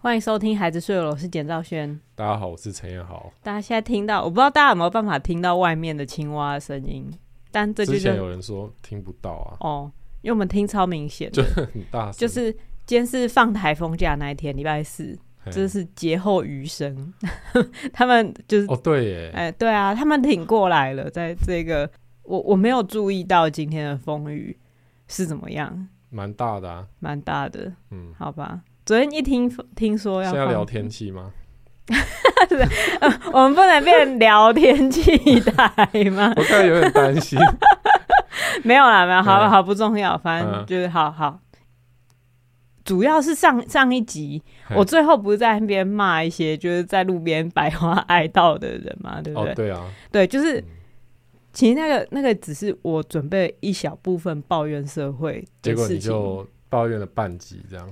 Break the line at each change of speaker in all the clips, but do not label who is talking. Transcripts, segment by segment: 欢迎收听《孩子睡了》，我是简兆轩。
大家好，我是陈彦豪。
大家现在听到，我不知道大家有没有办法听到外面的青蛙的声音，但这就
之前
是
有人说听不到 啊，
哦，因为我们听超明显的，
就很大声，
就是今天是放台风假那一天，礼拜四，
嘿
这是劫后余生， 他们就是
哦对耶，
哎、对啊，他们挺过来了，在这个我我没有注意到今天的风雨是怎么样，
蛮大的啊，
蛮大的，
嗯。
好吧。昨天一听听说要
现在
放
聊天气吗？
我们不能变聊天气台吗？
我刚才有点担心，
没有啦，没有，好
嗯
好不重要，反正
嗯
就是好好。主要是上上一集，
嘿
我最后不是在那边骂一些就是在路边百花哀悼的人嘛， 对不
哦
对？
对啊，
对，就是
嗯
其实那个那个只是我准备了一小部分抱怨社会
结
的
果
事
你
情，
就抱怨了半集这样，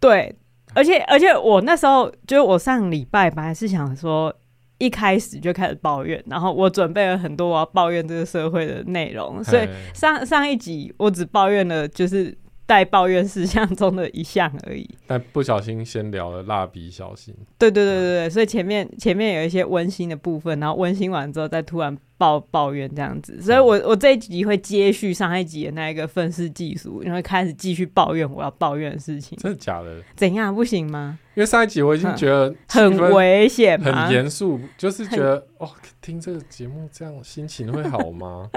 对，而且而且我那时候就是我上礼拜本来是想说一开始就开始抱怨，然后我准备了很多我要抱怨这个社会的内容，所以
嘿
上上一集我只抱怨了就是待抱怨事项中的一项而已。
但不小心先聊了蜡笔小新，
对对对对对，所以前面前面有一些温馨的部分，然后温馨完之后再突然抱抱怨这样子，所以
嗯
我我这一集会接续上一集的那一个愤世嫉俗，然后开始继续抱怨我要抱怨的事情，
真的假的？
怎样不行吗？
因为上一集我已经觉得
嗯很
气氛
危险吗
很？严肃，就是
很
觉得哦，听这个节目这样心情会好 吗？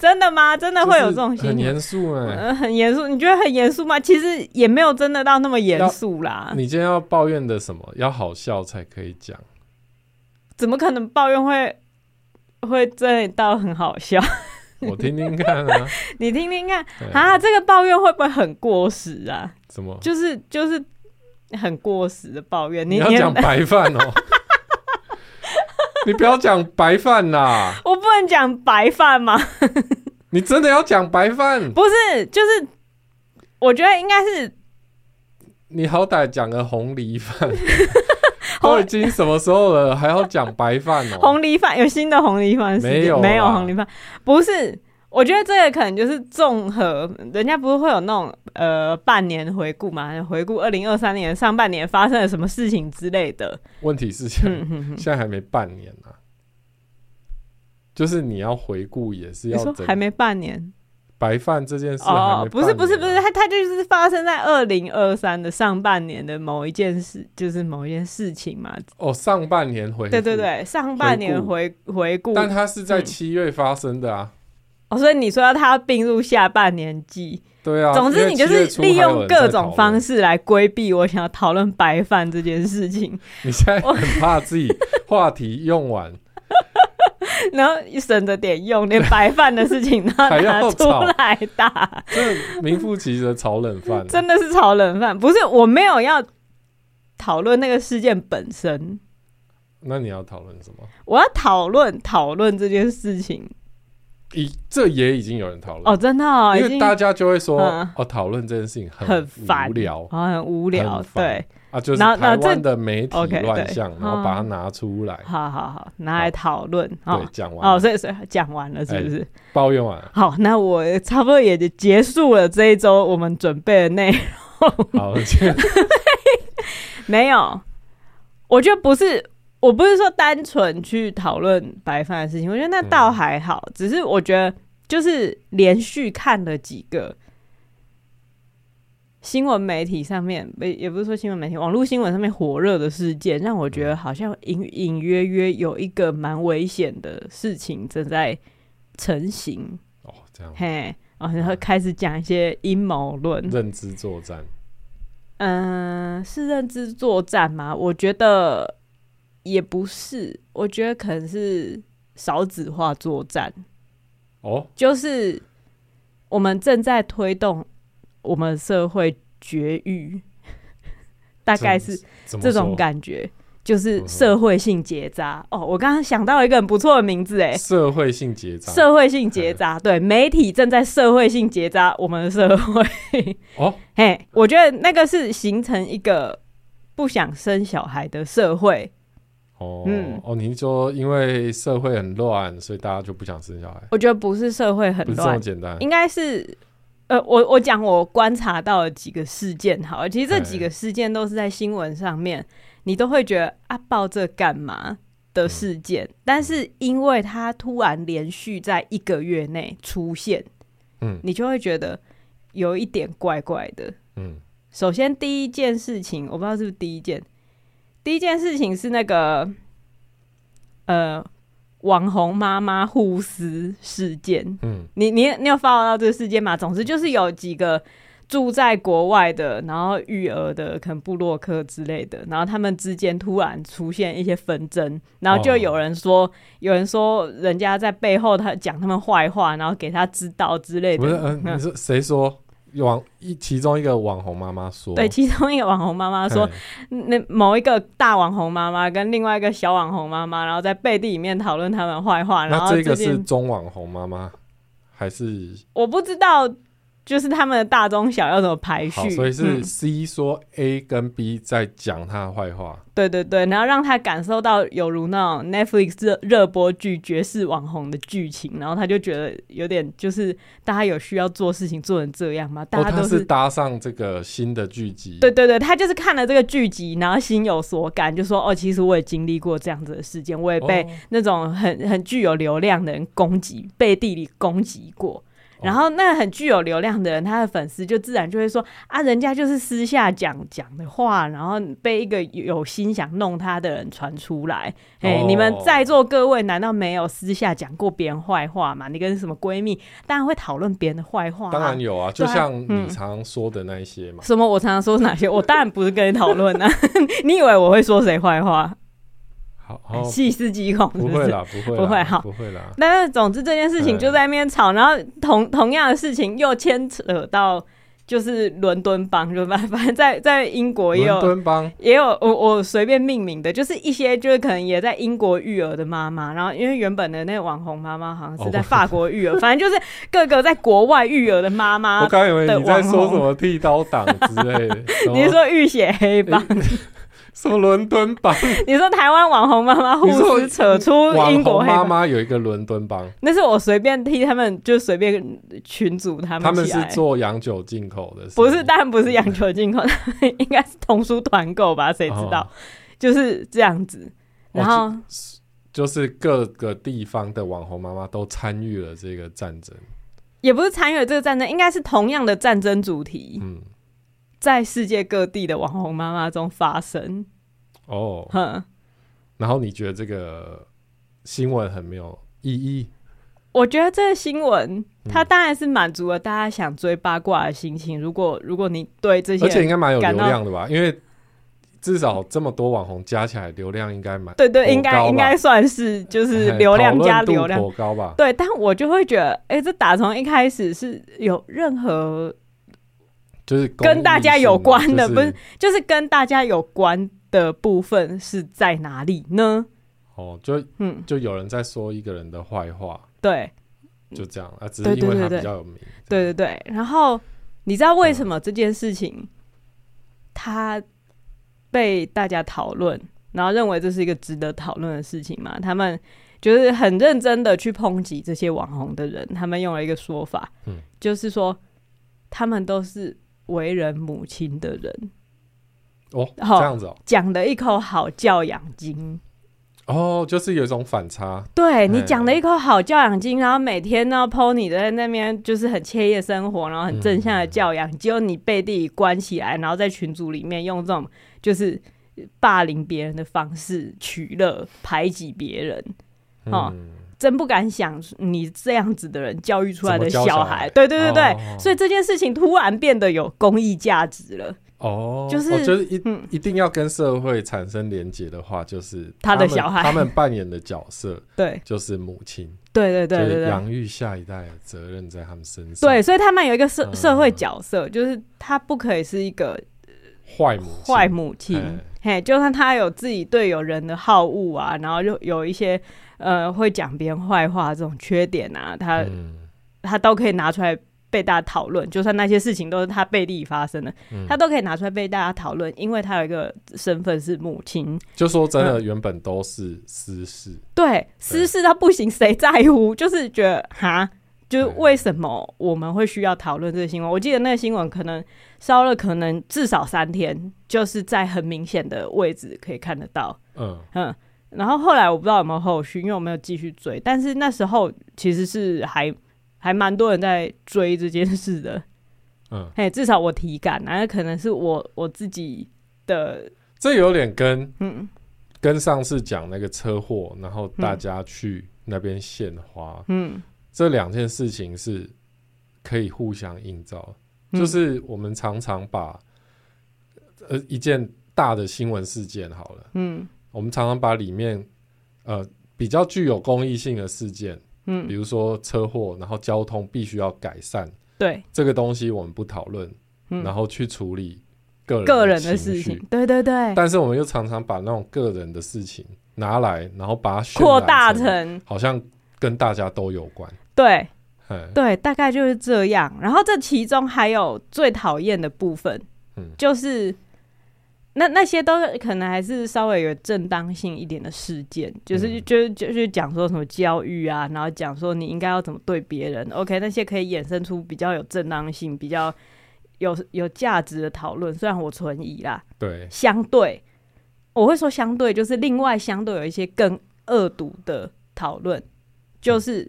真的吗？真的会有这种
就是很
心情？
严肃哎。
呃很严肃，你觉得很严肃吗？其实也没有真的到那么严肃啦，
你今天要抱怨的什么？要好笑才可以讲。
怎么可能抱怨会会真的到很好笑？
我听听看啊，
你听听看
对
啊，这个抱怨会不会很过时啊？
什么？
就是就是很过时的抱怨，
你
你
要讲白饭哦， 你不要讲白饭啦，
我不能讲白饭 吗？
你真的要讲白饭？
不是，就是我觉得应该是
你好歹讲个红梨饭，
红
都已经什么时候了，还要讲白饭哦？
红梨饭有新的红梨饭事件，
没有啦
没有红梨饭，不是。我觉得这个可能就是综合，人家不是会有那种呃半年回顾嘛，回顾二零二三年上半年发生了什么事情之类的。
问题是现在
嗯嗯嗯，
现在还没半年呢、就是你要回顾也是
你
要
说
整
还没半年
白饭这件事还没半
哦
年，啊
不是不是不是，，它它就是发生在二零二三的上半年的某一件事，就是某一件事情嘛。
哦，上半年回
对对
顾，
对，上半年回回顾，
但它是在
嗯
七月发生的啊，
哦，所以你说它要并入下半年季，
对啊，
总
因
之，
为
你就
七月
是
初
利
还有
用
人在
各
讨
种
论
方式来规避我想要讨论白饭这件事情，
你现在很怕自己话题用 完，
然后省着点用，连白饭的事情都要
还要
拿出
吵
来打，
这名副其实的炒冷饭。啊
真的是炒冷饭。不是，我没有要讨论那个事件本身，
那你要讨论什么？
我要讨论讨论这件事情。
已这也已经有人讨论
哦，，真的、哦，
因
已
为
经
大家就会说
嗯
哦，讨论这件事情
很烦，
无聊
哦，很无聊
很，烦
对，
啊，就是
然后然
台
后这
湾的媒体
OK，
乱
对
象，然后把它拿出来，
好好好，拿来讨论啊。
对
哦，
讲
哦，
完了
所以所以讲完了，是不
哎
是？，
抱怨完了
好，那我差不多也就结束了这一周我们准备的内容。
好，这个
没有，我觉得不是，我不是说单纯去讨论白饭的事情，我觉得那倒还好，只是我觉得就是连续看了几个新闻媒体上面，不也不是说新闻媒体，网络新闻上面火热的事件，让我觉得好像隐隐约约有一个蛮危险的事情正在成型。
哦，这样
嘿，哦，然后开始讲一些阴谋论。
认知作战，
嗯、是认知作战吗？我觉得也不是，我觉得可能是少子化作战，
哦，
就是我们正在推动我们社会绝育，大概是
怎么
这种
说
感觉。就是
嗯
社会性结扎哦，我刚刚想到一个很不错的名字哎，
社会性结扎
社会性结扎，对，媒体正在社会性结扎我们的社会，
哦，
嘿，我觉得那个是形成一个不想生小孩的社会。
哦
嗯
哦，您说因为社会很乱，所以大家就不想生小孩，
我觉得不是社会很
不是这么
乱，
简单，
应该是呃，我我讲我观察到的几个事件好了，其实这
哎
几个事件都是在新闻上面，你都会觉得啊报这干嘛的事件，
嗯
但是因为它突然连续在一个月内出现，
嗯
你就会觉得有一点怪怪的。
嗯，
首先第一件事情，我不知道是不是第一件，第一件事情是那个呃网红妈妈互撕事件。
嗯，
你你你有 follow 到这个事件吗？总之就是有几个住在国外的，然后育儿的，可能布洛克之类的，然后他们之间突然出现一些纷争，然后就
哦
有人说，有人说人家在背后他讲他们坏话，然后给他知道之类
不是，
的
嗯、。你说谁说网一其中一个网红妈妈说，
对，其中一个网红妈妈说
哎，，
那某一个大网红妈妈跟另外一个小网红妈妈，然后在背地里面讨论他们坏话，然
那
后
这个
件
是中网红妈妈还是
我不知道，就是他们的大中小要怎么排
好？
序，
所以是
嗯
C 说 A 跟 B 在讲她的坏话，
对对对，然后让他感受到有如那种 Netflix 热热播剧《绝世网红》的剧情，然后他就觉得有点就是大家有需要做事情做成这样吗？大
哦，
家
她
都
是搭上这个新的剧集，
对对对，他就是看了这个剧集，然后心有所感，就说哦，其实我也经历过这样子的事件，我也
哦，
被那种很很具有流量的人攻击，背地里攻击过。
哦
然后那很具有流量的人，他的粉丝就自然就会说啊，人家就是私下讲讲的话，然后被一个有心想弄他的人传出来。哎、
哦
你们在座各位难道没有私下讲过别人坏话吗？你跟什么闺蜜当然会讨论别人的坏话、啊，
当然有啊，就
对啊
像
嗯
你常说的那一些嘛，
什么？我常常说哪些？我当然不是跟你讨论啊！ 你以为我会说谁坏话？
好，好
细思极恐，嗯 是
哦不
是
会？啦，不会啦，
不会好
不会啦，
但是总之这件事情就在那边吵，然后同同样的事情又牵扯到就是伦敦帮， 就反反正在在英国也
伦
有
敦帮，
也有我我随便命名的，就是一些就是可能也在英国育儿的妈妈，然后因为原本的那个网红妈妈好像是在
哦
法国 育儿，反正就是各个在国外育儿的妈
我
妈。
刚以为
的
你在
啊网
说
红
什么剃刀党之类的，什
你
么
是说浴血黑帮？
什么伦敦帮，
你说台湾网红妈妈互
你说
撕扯出英
网
国
红
黑
妈
帮？
妈有一个伦敦帮，
那是我随便替他们，就随便群组他们
他们
起
是
来
做洋酒进口的，
不是，当然不是洋酒进口， 他们应该是童书团购吧？谁知道？
哦
就是这样子。然后、
就是各个地方的网红妈妈都参与了这个战争。
也不是参与了这个战争，应该是同样的战争主题，
嗯，
在世界各地的网红妈妈中发生。
哦，
哼，
然后你觉得这个新闻很没有意义？
我觉得这个新闻，
嗯
它当然是满足了大家想追八卦的心情。如果如果你对这些
而且
人，
应该蛮有流
感到
量的吧？因为至少这么多网红加起来，流量应该蛮
对对，
颇
应该
高吧
应该算是就是
哎
流量
讨论
加
度
流量。
颇高吧？
对，但我就会觉得，哎、这打从一开始是有任何
就是
跟大家
公益性
有关的
就是
不是就是跟大家有关的部分是在哪里呢？
哦，就
嗯，
就有人在说一个人的坏话，
对，
就这样啊，只
对
是
对
因为他
对对
比较有名。
对对对。然后你知道为什么这件事情它被大家讨论，然后认为这是一个值得讨论的事情吗？他们就是很认真的去抨击这些网红的人，他们用了一个说法，
嗯
就是说他们都是为人母亲的人，
哦，
好
这样子哦，
讲的一口好教养经。
哦，就是有一种反差，
对你
哎
讲了一口好教养经，然后每天呢 PO 你在那边就是很惬意的生活，然后很正向的教养，结果你背地里关起来，然后在群组里面用这种就是霸凌别人的方式取乐，排挤别人，
嗯
哦真不敢想你这样子的人教育出来的
怎么教
小
小
孩。
孩
对对对对，
哦
所以这件事情突然变得有公益价值了。
哦，
就是
哦就是一、
嗯
一定要跟社会产生连结的话，就是
他的
们
小孩
他们扮演的角色
对
就是母亲，
对对对对
就是
对。
养育下一代的责任在他们身上，
对，所以他们有一个社
嗯
社会角色，就是他不可以是一个
坏母亲
坏母亲，
哎
嘿，就算他有自己对有人的好恶啊，然后就有一些呃会讲别人坏话这种缺点啊，他、
嗯
他都可以拿出来被大家讨论。就算那些事情都是他背地里发生的，
嗯
他都可以拿出来被大家讨论，因为他有一个身份是母亲。
就说真
嗯
的，原本都是私事，
对，私事他不行，谁在乎？就是觉得哈，就是
对
为什么我们会需要讨论这个新闻？我记得那个新闻可能烧了，可能至少三天，就是在很明显的位置可以看得到。
嗯，
嗯，然后后来我不知道有没有后续，因为我没有继续追。但是那时候其实是还还蛮多人在追这件事的，
嗯，
嘿，至少我体感，然后可能是我我自己的，
这有点跟
嗯
跟上次讲那个车祸，然后大
嗯
家去那边献花，
嗯，
这两件事情是可以互相映照的。
嗯
就是我们常常把呃一件大的新闻事件好了，
嗯
我们常常把里面呃比较具有公益性的事件，比
嗯，
如说车祸，然后交通必须要改善
对，
这个东西，我们不讨论，
嗯
然后去处理个人
个人
的
的
情
事
绪
情，对对对，
但是我们又常常把那种个人的事情拿来，然后把它渲染
扩大
成
成
好像跟大家都有关，
对
嗯
对，大概就是这样。然后这其中还有最讨厌的部分，
嗯
就是那那些都是可能还是稍微有正当性一点的事件，就是、
嗯
就是就是讲说什么教育啊，然后讲说你应该要怎么对别人，OK，那些可以衍生出比较有正当性、比较有有价值的讨论。虽然我存疑啦，
对，
相对我会说相对就是另外相对有一些更恶毒的讨论，就是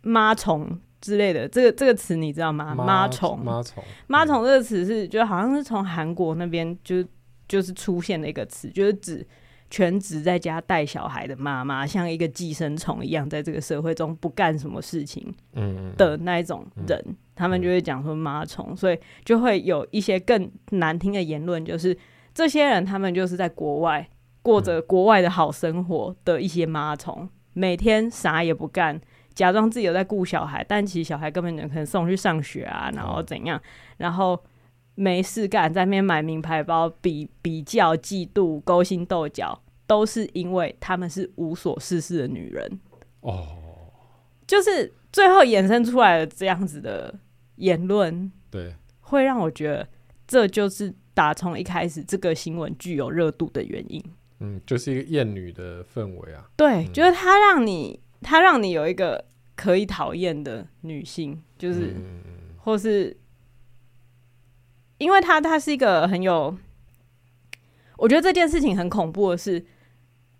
妈虫之类的。这个这个词你知道吗？啊妈虫，
妈嗯虫，
妈虫这个词是，就好像是从韩国那边就就是出现的一个词，就是指全职在家带小孩的妈妈，像一个寄生虫一样，在这个社会中不干什么事情
嗯，嗯嗯，
的那一种人，他们就会讲说妈虫，所以就会有一些更难听的言论，就是这些人他们就是在国外过
嗯
着国外的好生活的一些妈虫，每天啥也不干。假装自己有在顾小孩，但其实小孩根本就可能送去上学啊，然
哦
后怎样，然后没事干，在那边买名牌包，比比较、嫉妒、勾心斗角，都是因为他们是无所事事的女人。
哦，
就是最后衍生出来的这样子的言论，
对，
会让我觉得这就是打从一开始这个新闻具有热度的原因。
嗯，就是一个厌女的氛围啊，
对，
嗯
就是它让你，它让你有一个可以讨厌的女性，就是、
嗯嗯嗯
或是因为它它是一个很有，我觉得这件事情很恐怖的是，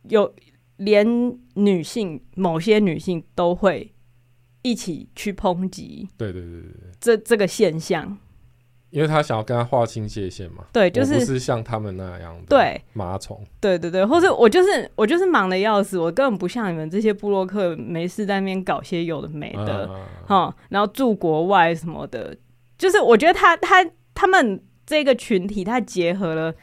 有连女性某些女性都会一起去抨击。
对对对对对，
这这个现象。
因为他想要跟他划清界限嘛，
对，就
我
是
不是像他们那样的
对
麻虫，
对对对，或者我就是我就是忙的要死，我根本不像你们这些布洛克没事在那边搞些有的没的，
啊
哈、然后住国外什么的，就是我觉得他他他们这个群体，他结合了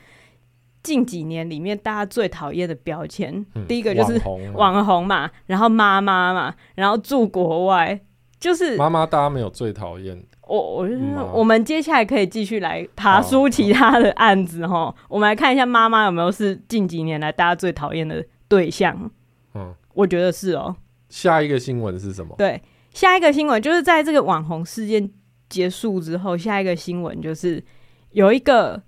近几年里面大家最讨厌的标签，
嗯
第一个就是
网红嘛
网红嘛，然后妈妈嘛，然后住国外，就是
妈妈，大家没有最讨厌，
我我就是
嗯啊哦
我们接下来可以继续来爬梳其他的案子哈，我们来看一下妈妈有没有是近几年来大家最讨厌的对象。
嗯，
我觉得是哦。
下一个新闻是什么？
对，下一个新闻就是在这个网红事件结束之后，下一个新闻就是有一个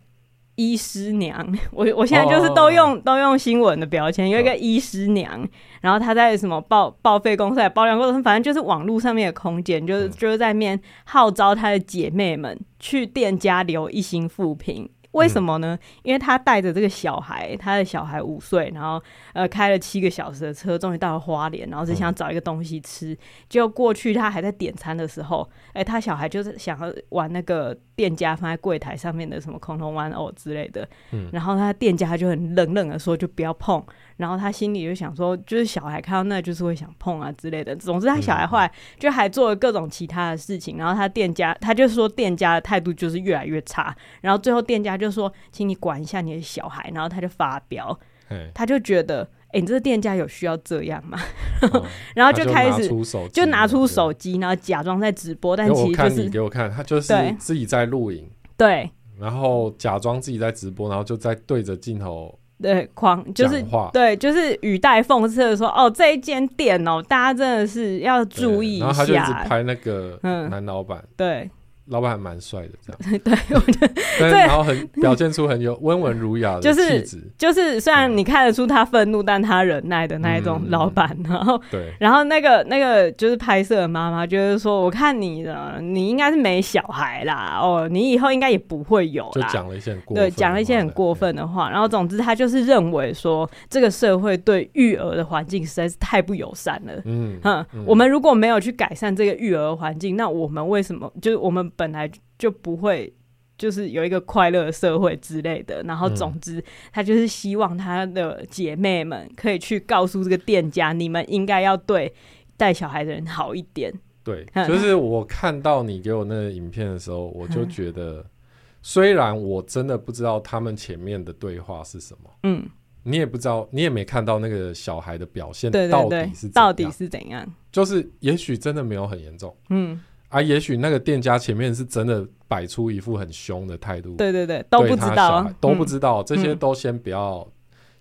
医师娘， 我我现在
哦
就是都用都用新闻的标签，有一个医师娘，然后她在什么报报废公司、爆料公司，反正就是网络上面的空间，就是
嗯
就是在面号召她的姐妹们去店家留一星负评。为什么呢？因为她带着这个小孩，她的小孩五岁，然后呃开了七个小时的车，终于到了花莲，然后只想找一个东西吃，就过去他还在点餐的时候，哎、他小孩就是想要玩那个店家放在柜台上面的什么恐龙玩偶之类的，
嗯
然后他店家就很冷冷的说就不要碰，然后他心里就想说，就是小孩看到那就是会想碰啊之类的。总之他小孩后来就还做了各种其他的事情，然后他店家他就说店家的态度就是越来越差，然后最后店家就说，请你管一下你的小孩，然后他就发飙，
哎，
他就觉得。哎、你这个店家有需要这样 吗？
嗯
然后
他就
开始
拿出手机，
就拿出
对
手机，然后假装在直播，但
给
其
我
实就
看你
是
给我看，他就是
对
自己在录影，
对
然后假装自己在直播，然后就在对着镜头
对狂，就是
讲话
对，就是语带讽刺的说：“哦，这一间店哦，大家真的是要注意
对然
一
后他就一直
下。
拍那个
嗯
男老板，”
对，
老板还蛮帅的，这样，
对，我觉得
但是
对
然后很表现出很有温文儒雅的
就是
气质，
就是虽然你看得出他愤怒，但他忍耐的那一种
嗯
老板，然后
对，
然后那个那个就是拍摄的妈妈，就是说，我看你的，你应该是没小孩啦，哦，你以后应该也不会有
就
啦。
讲了一些很过分的
对，
话，
讲了一些很过分的话，然后总之他就是认为说，这个社会对育儿的环境实在是太不友善了。
对，嗯
嗯，我们如果没有去改善这个育儿环境，那我们为什么就是我们本来就不会就是有一个快乐的社会之类的？然后
嗯
总之，他就是希望他的姐妹们可以去告诉这个店家，你们应该要对带小孩的人好一点。
对，
嗯
就是我看到你给我那个影片的时候，我就觉得，虽然我真的不知道他们前面的对话是什么，
嗯，
你也不知道，你也没看到那个小孩的表现
对
到
对对
底是，
到
怎
底
样
是怎样？
就是也许真的没有很严重
嗯，
啊，也许那个店家前面是真的摆出一副很凶的态度，
对对对，都不
对
知道
他小孩
啊，
都不
嗯
知道，这些
嗯
都先不要，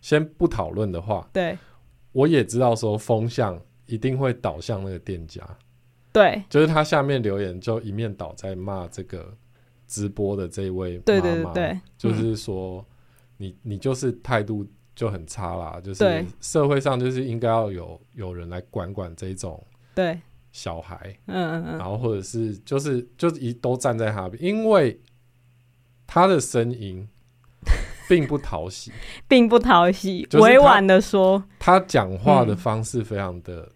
先不讨论的话，
对
我也知道说风向一定会导向那个店家，
对
就是他下面留言就一面倒在骂这个直播的这一位妈妈，
对对嗯对对，
就是说你你就是态度就很差啦，就是
对
社会上就是应该要有有人来管管这种
对，
小孩，
嗯嗯嗯，
然后或者是就是就是一都站在他，因为他的声 音并不讨喜，
并不讨喜，
就是
委
他嗯
婉的说，
他讲话的
嗯
方式非常的。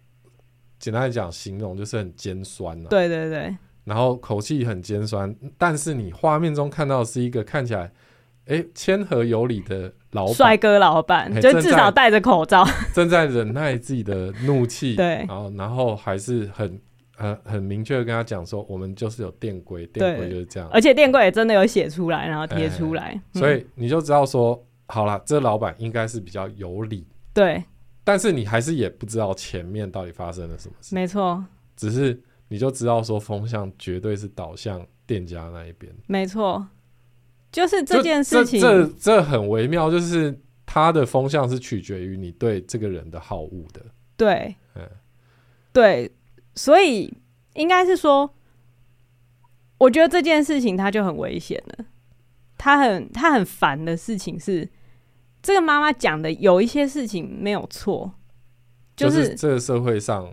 简单来讲，形容就是很尖酸啊呐、
对对对
然后口气很尖酸，但是你画面中看到的是一个看起来，哎，谦和有礼的老
帅
板
哥老板，
哎
就
正
至
在
少戴着口罩。
正在忍耐自己的怒气，
对
然后然后还是很很很明确的跟他讲说，我们就是有店规，店规就是这样，
而且店柜也真的有写出来，然后贴出来，嗯
所以你就知道说，好啦，这老板应该是比较有理，
对，
但是你还是也不知道前面到底发生了什么事，
没错，
只是你就知道说风向绝对是导向店家那一边。
没错，就是
就
这件事情，
这这这很微妙，就是它的风向是取决于你对这个人的好恶的。
对
嗯，
对，所以应该是说，我觉得这件事情它就很危险了。他很他很烦的事情是，这个妈妈讲的有一些事情没有错，
就
就是、
这个社会上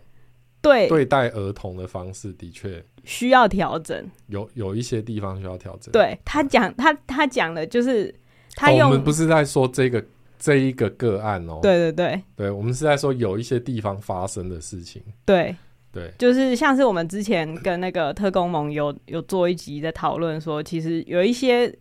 对
对待儿童的方式，的确
需要调整。
有有一些地方需要调整。，哦
对他讲他他讲的就是他
我
用、
们不是在说这个这一个个案哦，
对对对
对，我们是在说有一些地方发生的事情。
对，
对，
就是像是我们之前跟那个特工盟有有做一集在讨论说，其实有一些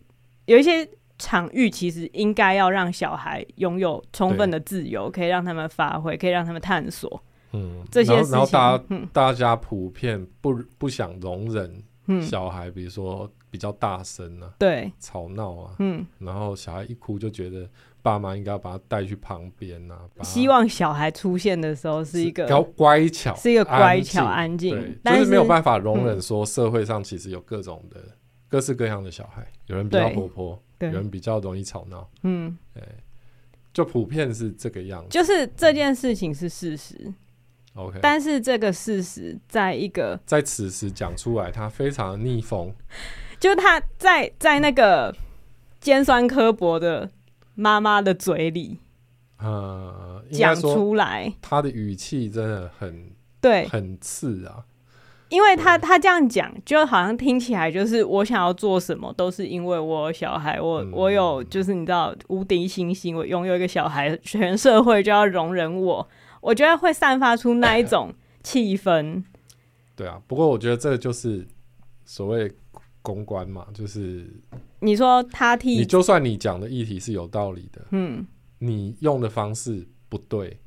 有一些场域其实应该要让小孩拥有充分的自由，可以让他们发挥，可以让他们探索
嗯，
这些
然
事
后
情。
然后大家
嗯
大家普遍不不想容忍
嗯，
小孩，比如说比较大声啊、
对，
吵闹啊，
嗯，
然后小孩一哭就觉得爸妈应该要把他带去旁边啊，把他
希望小孩出现的时候是一个
要乖巧，
是一个乖巧
安
安
静，
静
对，
但
就是没有办
法。
法容忍说社会上其实有各种的、各式各样的小孩，有人比较
对
活泼，有
对，
人比较容易吵闹，哎
嗯，
就普遍是这个样子。
就是这件事情是事实，
OK，
但是这个事实在一个
在此时讲出来，他非常的逆风，
就是他在在那个尖酸刻薄的妈妈的嘴里
呃，应该
讲
说
出来，
他的语气真的很
对，
很刺啊，
因为他他这样讲，就好像听起来就是我想要做什么都是因为我有小孩，我、
嗯
我有就是你知道无敌星星，我拥有一个小孩，全社会就要容忍我，我觉得会散发出那一种气氛，
对啊。不过我觉得这就是所谓公关嘛，就是
你说他
你
替
就算你讲的议题是有道理的，
嗯
你用的方式不对，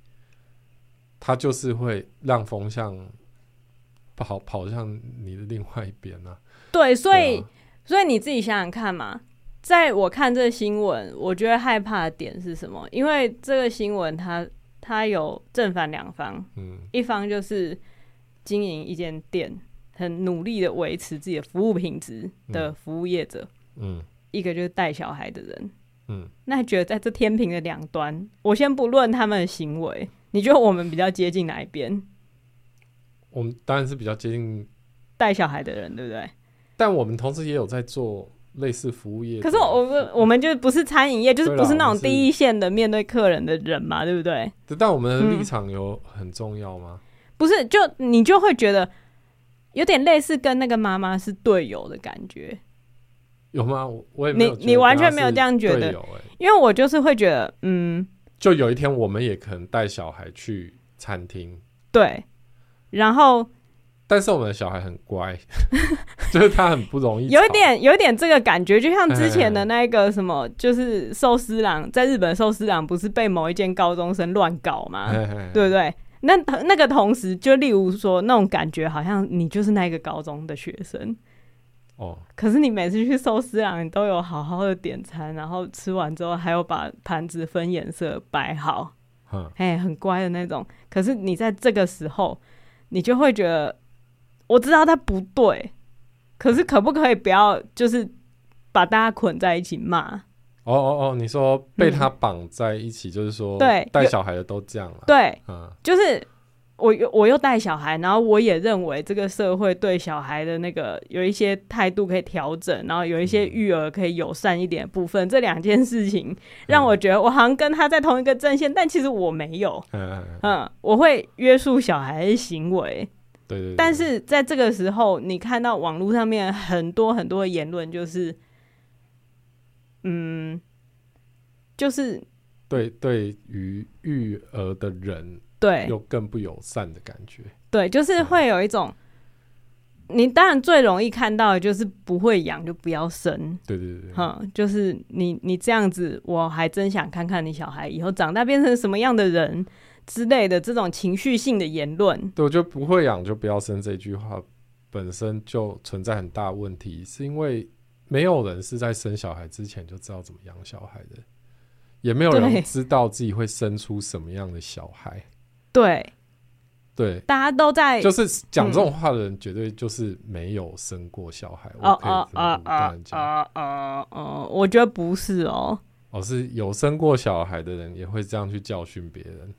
它就是会让风向跑跑向你的另外一边啊。
对，所以。
对啊
所以你自己想想看嘛，在我看这个新闻，我觉得害怕的点是什么？因为这个新闻它它有正反两方，
嗯，
一方就是经营一间店，很努力的维持自己的服务品质的服务业者，
嗯
一个就是带小孩的人。
嗯，
那觉得在这天平的两端，我先不论他们的行为，你觉得我们比较接近哪一边？
我们当然是比较接近，
带小孩的人，对不对？
但我们同时也有在做类似服务业的
可
服务。
是我们我们就不是餐饮业，就是
对啦
不是那
我
种
们是
第一线的面对客人的人嘛，对不对？
对但我们的
嗯
立场有很重要吗？
不是，就你就会觉得嗯有点类似跟那个妈妈是队友的感觉，
有吗？我我也
你
没有觉得
你完全
跟他
没有
是
这样觉得
队友欸
因为我就是会觉得，嗯，
就有一天我们也可能带小孩去餐厅，
对。然后
但是我们的小孩很乖， 就是他很不容易吵，
有一点有一点这个感觉，就像之前
哎哎哎
的那个什么，就是寿司郎在日本寿司郎不是被某一间高中生乱搞吗？
嘿，嘿嘿
对不对？那那个同时，就例如说那种感觉，好像你就是那个高中的学生，
哦，
可是你每次去寿司郎，你都有好好的点餐，然后吃完之后还有把盘子分颜色摆好，
哼，
哎，很乖的那种。可是你在这个时候，你就会觉得，我知道他不对，可是可不可以不要就是把大家捆在一起骂？
哦哦哦，你说被他绑在一起，就是说
嗯对
带
有
小孩的都这样了，，
对，
嗯，
就是我又我又带小孩，然后我也认为这个社会对小孩的那个有一些态度可以调整，然后有一些育儿可以友善一点的部分，这两件事情让我觉得我好像跟他在同一个阵线，但其实我没有。
嗯嗯，嗯
嗯，我会约束小孩的行为，
对对对，
但是在这个时候，你看到网络上面很多很多的言论，就是，嗯，就是
对对于育儿的人
对，
又更不友善的感觉，
对，就是会有一种，你当然最容易看到的就是不会养就不要生，
对对对对，
哼、就是你你这样子，我还真想看看你小孩以后长大变成什么样的人之类的这种情绪性的言论，
对，我觉得不会养就不要生这句话本身就存在很大问题，是因为没有人是在生小孩之前就知道怎么养小孩的，也没有
对
人知道自己会生出什么样的小孩。
对，
对，
大家都在
就是讲这
嗯
种话的人，绝对就是没有生过小孩。我可以这么武断地讲
哦哦哦，我觉得不是哦，
哦，是有生过小孩的人也会这样去教训别人。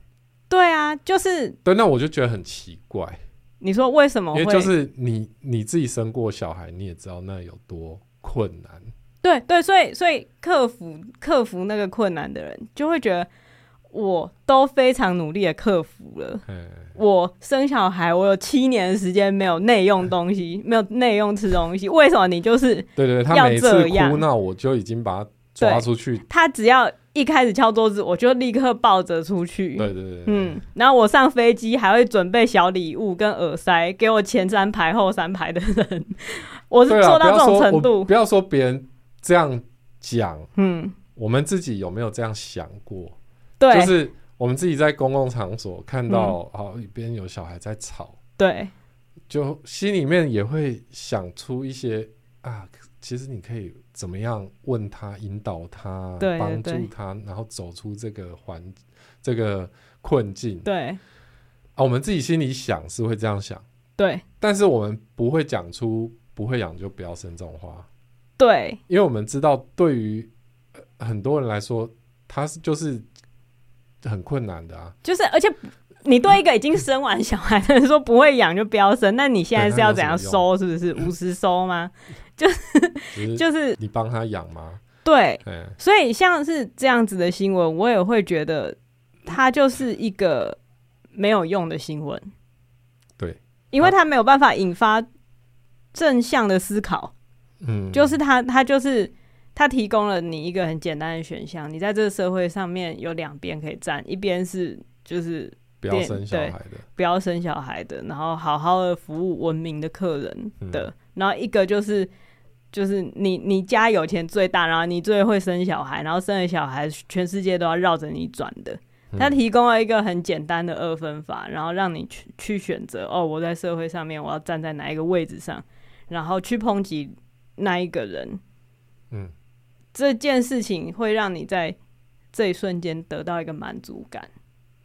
对啊，就是
对，那我就觉得很奇怪，
你说为什么哦
因
会
为就是你你自己生过小孩，你也知道那有多困难。
对对，所以所以克服克服那个困难的人，就会觉得我都非常努力的克服了。
嗯。
我生小孩，我有七年的时间没有内用东西， 没有内用吃东西，为什么你就是
对对，对他
要
每
这
次哭
样
闹，我就已经把他抓
对
出去。
他只要一开始敲桌子，我就立刻抱着出去。
对对对，对
嗯，然后我上飞机还会准备小礼物跟耳塞，给我前三排、后三排的人， 我是
对啊，
做
不
到
要
这种
说
程
我
度。
不要说别人这样讲，
嗯，
我们自己有没有这样想过？
对、嗯
就是我们自己在公共场所看到好别人有小孩在吵，
对，
就心里面也会想出一些啊，其实你可以怎么样问他、引导他、
对对
帮助
对
他，然后走出这个环这个困境
对，
啊。我们自己心里想是会这样想。
对，
但是我们不会讲出不会养就不要生这种话，
对，
因为我们知道对于呃很多人来说，他是就是很困难的啊。
就是，而且你对一个已经生完小孩的人说不会养就不要生，那你现在是要怎样收？是不是五十收吗？
只是
就是
你帮他养吗？
对，
嗯，
所以像是这样子的新闻，我也会觉得它就是一个没有用的新闻，
对，
因为它没有办法引发正向的思考，
嗯，
就是它，它就是。它提供了你一个很简单的选项，你在这个社会上面有两边可以站，一边是就是
不要生小孩的，
不要生小孩的，然后好好的服务文明的客人的，然后一个就是就是你你家有钱最大，然后你最会生小孩，然后生了小孩全世界都要绕着你转的。
嗯
他提供了一个很简单的二分法，然后让你去去选择哦，我在社会上面我要站在哪一个位置上，然后去抨击那一个人。
嗯，
这件事情会让你在这一瞬间得到一个满足感。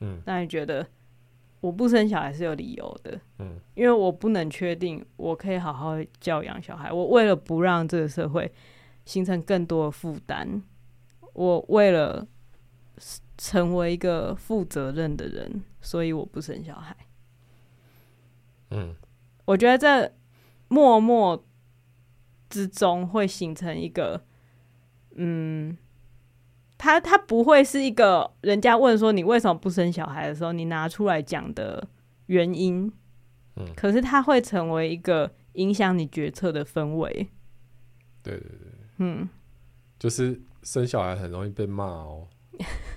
嗯
让你觉得我不生小孩是有理由的，
嗯，
因为我不能确定我可以好好教养小孩。我为了不让这个社会形成更多的负担，我为了 s- 成为一个负责任的人，所以我不生小孩。
嗯，
我觉得这默默之中会形成一个，嗯，他他不会是一个人家问说你为什么不生小孩的时候，你拿出来讲的原因，
嗯
可是他会成为一个影响你决策的氛围，
对对对，
嗯，
就是生小孩很容易被骂哦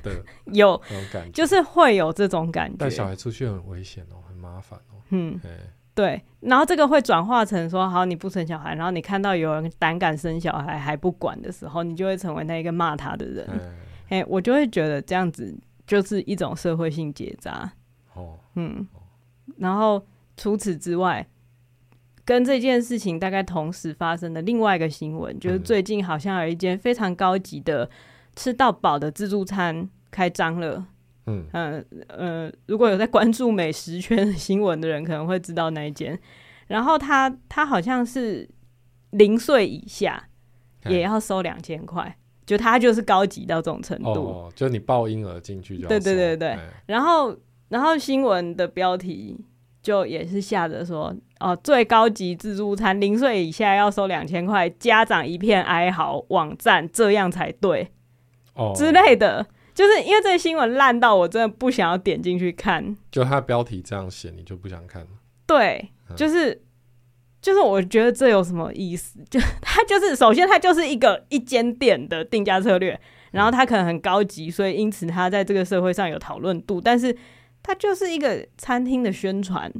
的
有
那种感觉，
就是会有这种感
带小
觉，
孩出去很危险哦，很麻烦哦，
嗯。
哎，
对，然后这个会转化成说，好，你不生小孩，然后你看到有人胆敢生小孩还不管的时候，你就会成为那一个骂他的人。
哎，
哎、我就会觉得这样子就是一种社会性结扎。
哦，
嗯，然后除此之外，跟这件事情大概同时发生的另外一个新闻，就是
嗯
最近好像有一间非常高级的吃到饱的自助餐开张了。
嗯，
嗯呃，如果有在关注美食圈新闻的人，可能会知道那一间。然后他他好像是零岁以下也要收两千块，就他就是高级到这种程度。
哦，就你抱婴儿进去就要
对对
收
对对
哎
然后然后新闻的标题就也是下着说哦，最高级自助餐零岁以下要收两千块，家长一片哀嚎，网站这样才对。
哦
之，类的，就是因为这个新闻烂到我真的不想要点进去看。
就它标题这样写，你就不想看了，
对，
嗯
就是就是，我觉得这有什么意思？就 它就是首先它就是一个一间店的定价策略，然后它可能很高级，所以因此它在这个社会上有讨论度，但是它就是一个餐厅的宣传。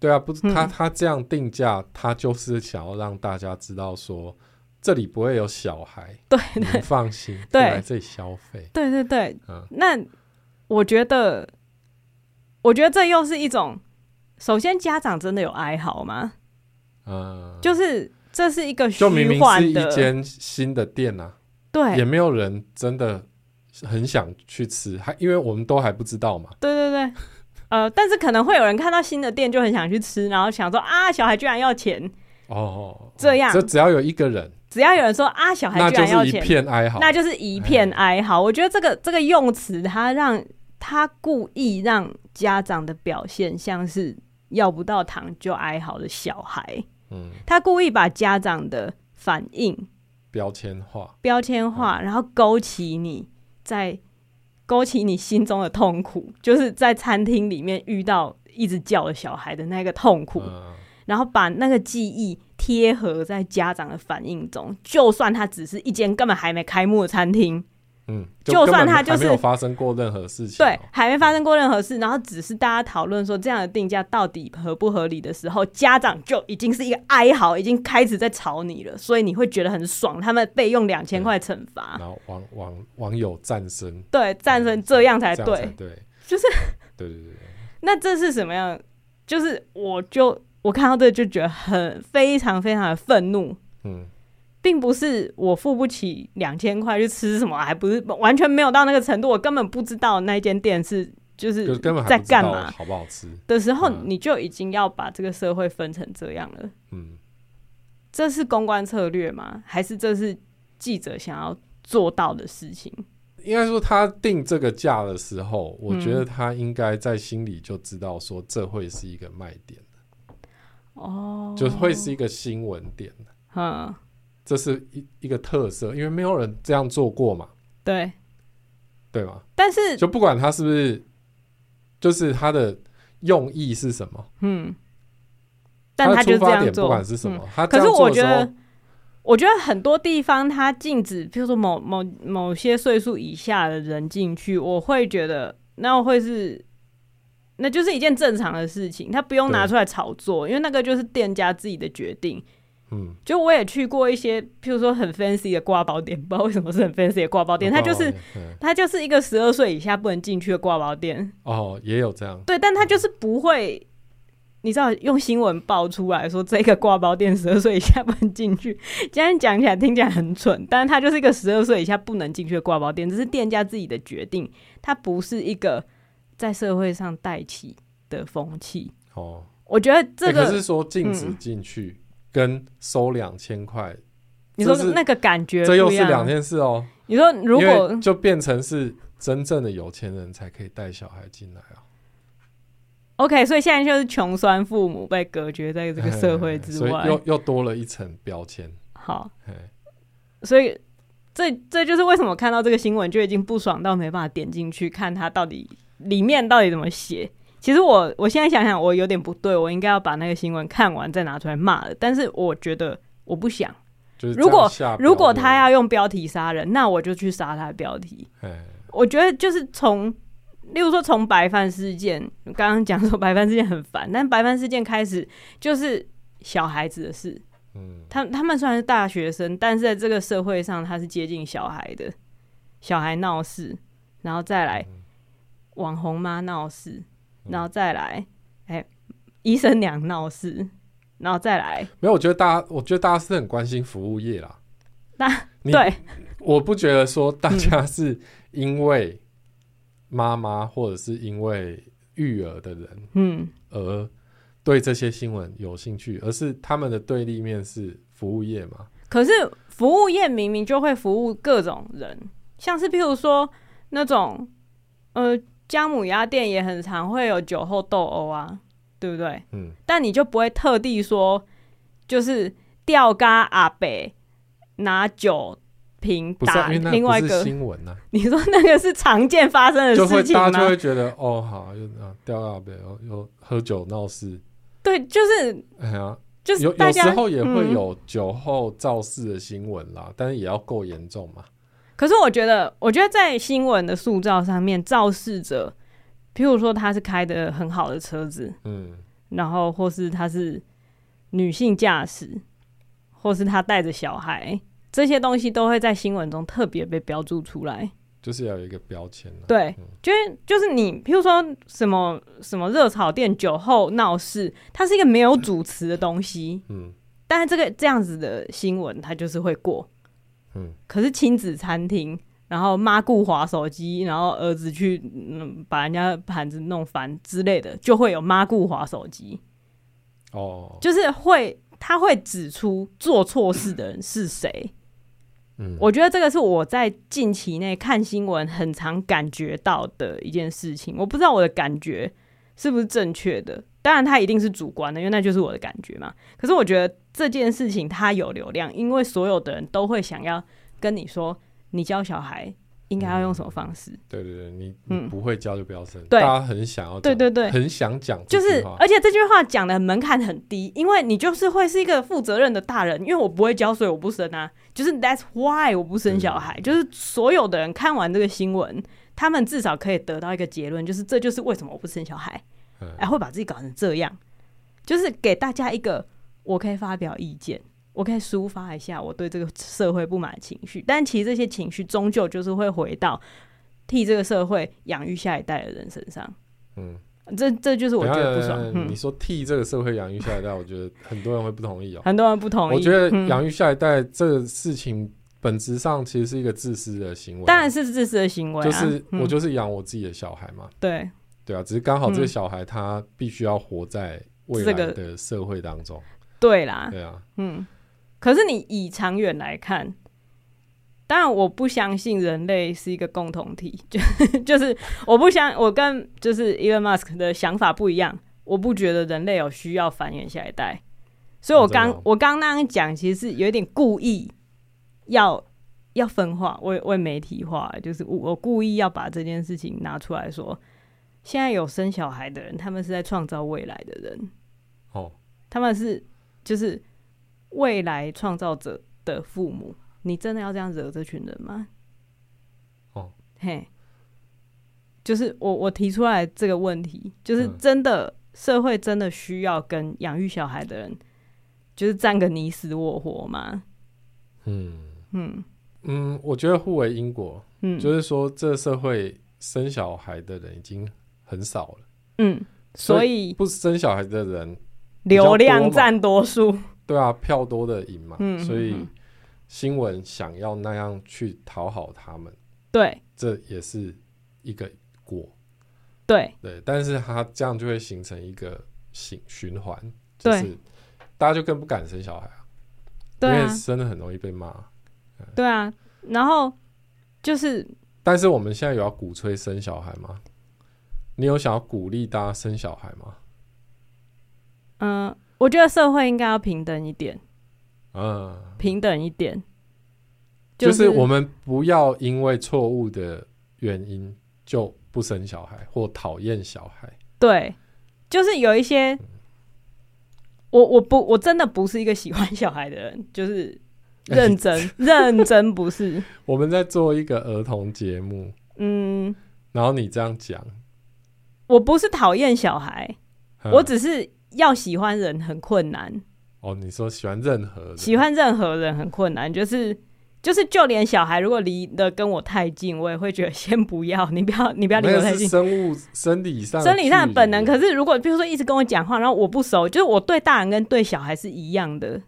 对啊，不是
嗯
他他这样定价，他就是想要让大家知道说，这里不会有小孩，
对
你们放心，
对
可以来这里消费，
对对对，
嗯
那我觉得，我觉得这又是一种，首先家长真的有哀嚎吗？
嗯，
就是这是一个
就明
虚
明是
幻的，
一间新的店啊，
对，
也没有人真的很想去吃，还因为我们都还不知道嘛，
对对对， 呃，但是可能会有人看到新的店就很想去吃，然后想说啊，小孩居然要钱。
哦哦，
这样
就只要有一个人，
只要有人说啊，小孩
那
居
就
然要
是一
钱，
片哀嚎，
那就是一片哀嚎。我觉得这个这个用词，他让他故意让家长的表现像是要不到糖就哀嚎的小孩，
嗯，
他故意把家长的反应
标签化，
标签化，
嗯
然后勾起你在勾起你心中的痛苦，就是在餐厅里面遇到一直叫的小孩的那个痛苦，
嗯，
然后把那个记忆贴合在家长的反应中。就算它只是一间根本还没开幕的餐厅，
嗯，
就
根本
算他
还
就是
没有发生过任何事情哦、
对，还没发生过任何事，然后只是大家讨论说这样的定价到底合不合理的时候，家长就已经是一个哀嚎，已经开始在吵你了，所以你会觉得很爽，他们被用两千块惩罚。
然后网网网友战声，
对，战成这样才
嗯这
对，
样才对，
就是
对对对对，
那这是什么样？就是我就我看到这就觉得很非常非常的愤怒，
嗯，
并不是我付不起两千块去吃什么，还不是完全没有到那个程度，我根本不知道那间店是就是
就根本
在
还不知
干
道
嘛
好不好吃，
的时候，
嗯
你就已经要把这个社会分成这样了。
嗯，
这是公关策略吗？还是这是记者想要做到的事情？
应该说他定这个价的时候，我觉
嗯
得他应该在心里就知道说这会是一个卖点，
哦，
就会是一个新闻点，
嗯，
这是一一个特色，因为没有人这样做过嘛，
对，
对吗？
但是
就不管他是不是，就是他的用意是什么，
嗯，但他
他的
就
出
这
发
样
点
做，
不管是什
嗯
么，啊他这
可
样
是
做
我
的
觉
时候
得，，我觉得很多地方它禁止，譬如说某某某些岁数以下的人进去，我会觉得那会是，那就是一件正常的事情，他不用拿
对
出来炒作，因为那个就是店家自己的决定。
嗯，
就我也去过一些，譬如说很 fancy 的挂包店，不知道为什么是很 fancy 的挂包店，它哦就是
嗯
它就是一个十二岁以下不能进去的挂包店。
哦，也有这样，
对，但他就是不会，你知道用新闻爆出来说这个挂包店十二岁以下不能进去，这样讲起来听起来很蠢，但是他就是一个十二岁以下不能进去的挂包店，这是店家自己的决定，它不是一个在社会上带起的风气。
哦，
我觉得这
欸
个，
可是说禁止
嗯
进去跟收两千块，
你说
这是
那个感觉
这又
不一
是
样
两件事哦。
你说如
因
果
为就变成是真正的有钱人才可以带小孩进来啊，
OK，所以现在就是穷酸父母被隔绝在这个社会之
哎所以
外，
又又多了一层标签。
好，
嘿，
所以这这就是为什么看到这个新闻就已经不爽到没办法点进去看它到底里面到底怎么写。其实我我现在想想，我有点不对，我应该要把那个新闻看完再拿出来骂的。但是我觉得我不想，
就是
如果
这样下标
如果他
的，
要用标题杀人，那我就去杀他的标题。
嘿，
我觉得就是从，例如说从白饭事件，刚刚讲说白饭事件很烦，但白饭事件开始就是小孩子的事，
嗯，
他他们虽然是大学生，但是在这个社会上，他是接近小孩的，小孩闹事，然后再来网红妈闹事，然后再来哎、医生娘闹事，然后再来
没有，我觉得大家，我觉得大家是很关心服务业啦。
那
你
对嗯
我不觉得说大家是因为妈妈或者是因为育儿的人
嗯
而对这些新闻有兴趣，而是他们的对立面是服务业嘛？
可是服务业明明就会服务各种人，像是譬如说那种呃姜母鸭店也很常会有酒后斗殴啊，对不对？
嗯，
但你就不会特地说就是吊嘎阿北拿酒瓶
不是啊、
打
因为那
另外一
不是
个，
新闻 呐、啊
你说那个是常见发生的
就会
事情
大家就
吗
会？觉得哦，好，又啊掉到杯，又又喝酒闹事，
对，就是
哎呀，
就是
有
大
有时
家
候也会、
嗯
有酒后肇事的新闻啦，但是也要够严重嘛。
可是我觉得，我觉得在新闻的塑造上面，肇事者，譬如说他是开的很好的车子，
嗯，
然后或是她是女性驾驶，或是她带着小孩，这些东西都会在新闻中特别被标注出来。
就是要有一个标签啦。
对
嗯，
就是就是你，譬如说什么什么热炒店酒后闹事，它是一个没有主词的东西，
嗯
但是这个这样子的新闻它就是会过。
嗯，
可是亲子餐厅，然后妈顾划手机，然后儿子去、嗯、把人家盘子弄翻之类的，就会有妈顾划手机。
哦，
就是会他会指出做错事的人是谁。
嗯，
我觉得这个是我在近期内看新闻很常感觉到的一件事情。我不知道我的感觉是不是正确的，当然它一定是主观的，因为那就是我的感觉嘛。可是我觉得这件事情它有流量，因为所有的人都会想要跟你说，你教小孩应该要用什么方式。
对对对，你
嗯
你不会教就不要生，
对
大家很想要讲，
对对对
很想讲
就
这
是呃
句，话，
而且这句话讲的门槛很低，因为你就是会是一个负责任的大人，因为我不会教，所以我不生啊。就是 That's why 我不生小孩。就是所有的人看完这个新闻，他们至少可以得到一个结论，就是这就是为什么我不生小孩，
嗯
哎，会把自己搞成这样，就是给大家一个我可以发表意见。我可以抒发一下我对这个社会不满的情绪，但其实这些情绪终究就是会回到替这个社会养育下一代的人身上。
嗯，
这这就是我觉得不
等一下
爽。
等一下
嗯
你说替这个社会养育下一代，我觉得很多人会不同意哦。
很多人不同意。
我觉得
嗯
养育下一代这个事情本质上其实是一个自私的行为，啊
当然是自私的行为、啊，
就是
嗯
我就是养我自己的小孩嘛，
对
对啊，只是刚好
嗯
这个小孩他必须要活在未
这
来
个
的社会当中，
对啦，
对啊，
嗯。可是你以长远来看，当然我不相信人类是一个共同体， 就就是我不相，我跟就是 Elon Musk 的想法不一样，我不觉得人类有需要繁衍下一代，所以我
哦真的
刚、
哦
我刚那样讲，其实是有一点故意要要分化，为为媒体化，就是我我故意要把这件事情拿出来说，现在有生小孩的人，他们是在创造未来的人。
哦，
他们是就是未来创造者的父母，你真的要这样惹这群人吗？
哦，
嘿，就是我我提出来这个问题，就是
嗯
真的、社会真的需要跟养育小孩的人，就是战个你死我活吗？
嗯
嗯
嗯，我觉得互为因果，
嗯，
就是说这个社会生小孩的人已经很少了，
嗯，所以
不生小孩的人，比较
流
多
量
嘛
占多数，
对啊，票多的赢嘛，
嗯
所
嗯
以
嗯
新闻想要那样去讨好他们，
对
这也是一个果，
对
对，但是它这样就会形成一个循循环，就
对
是大家就更不敢生小孩啊，
对
因
啊
为生的很容易被骂。
对啊，然后就是
但是我们现在有要鼓吹生小孩吗？你有想要鼓励大家生小孩吗？
嗯、我觉得社会应该要平等一点。
嗯，
平等一点。
就是我们不要因为错误的原因就不生小孩或讨厌小孩。
对，就是有一些，我我不我真的不是一个喜欢小孩的人，就是
哎
认真、 认真不是，
我们在做一个儿童节目，
嗯，
然后你这样讲，
我不是讨厌小孩，
嗯
我只是要喜欢人很困难，
哦，你说喜欢任何人
喜欢任何人很困难，就是。就是，就连小孩如果离得跟我太近，我也会觉得先不要，你不要，你不要离
那
我
个
太
是
近。
生物生理上
生理上的本能，可
是
是如果比如说一直跟我讲话，然后我不熟，就是我对大人跟对小孩是一样的，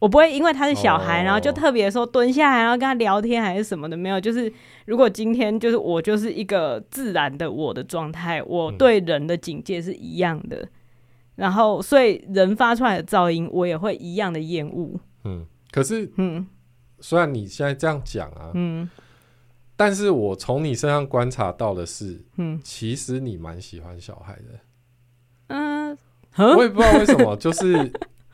我不会因为他是小孩，
哦
然后就特别说蹲下来，然后跟他聊天还是什么的，没有。就是如果今天就是我就是一个自然的我的状态，我
嗯
对人的警戒是一样的，然后所以人发出来的噪音，我也会一样的厌恶。
嗯，可是
嗯
虽然你现在这样讲啊，
嗯
但是我从你身上观察到的是，
嗯
其实你蛮喜欢小孩的。
嗯，
我
哼
也不知道为什 么，就是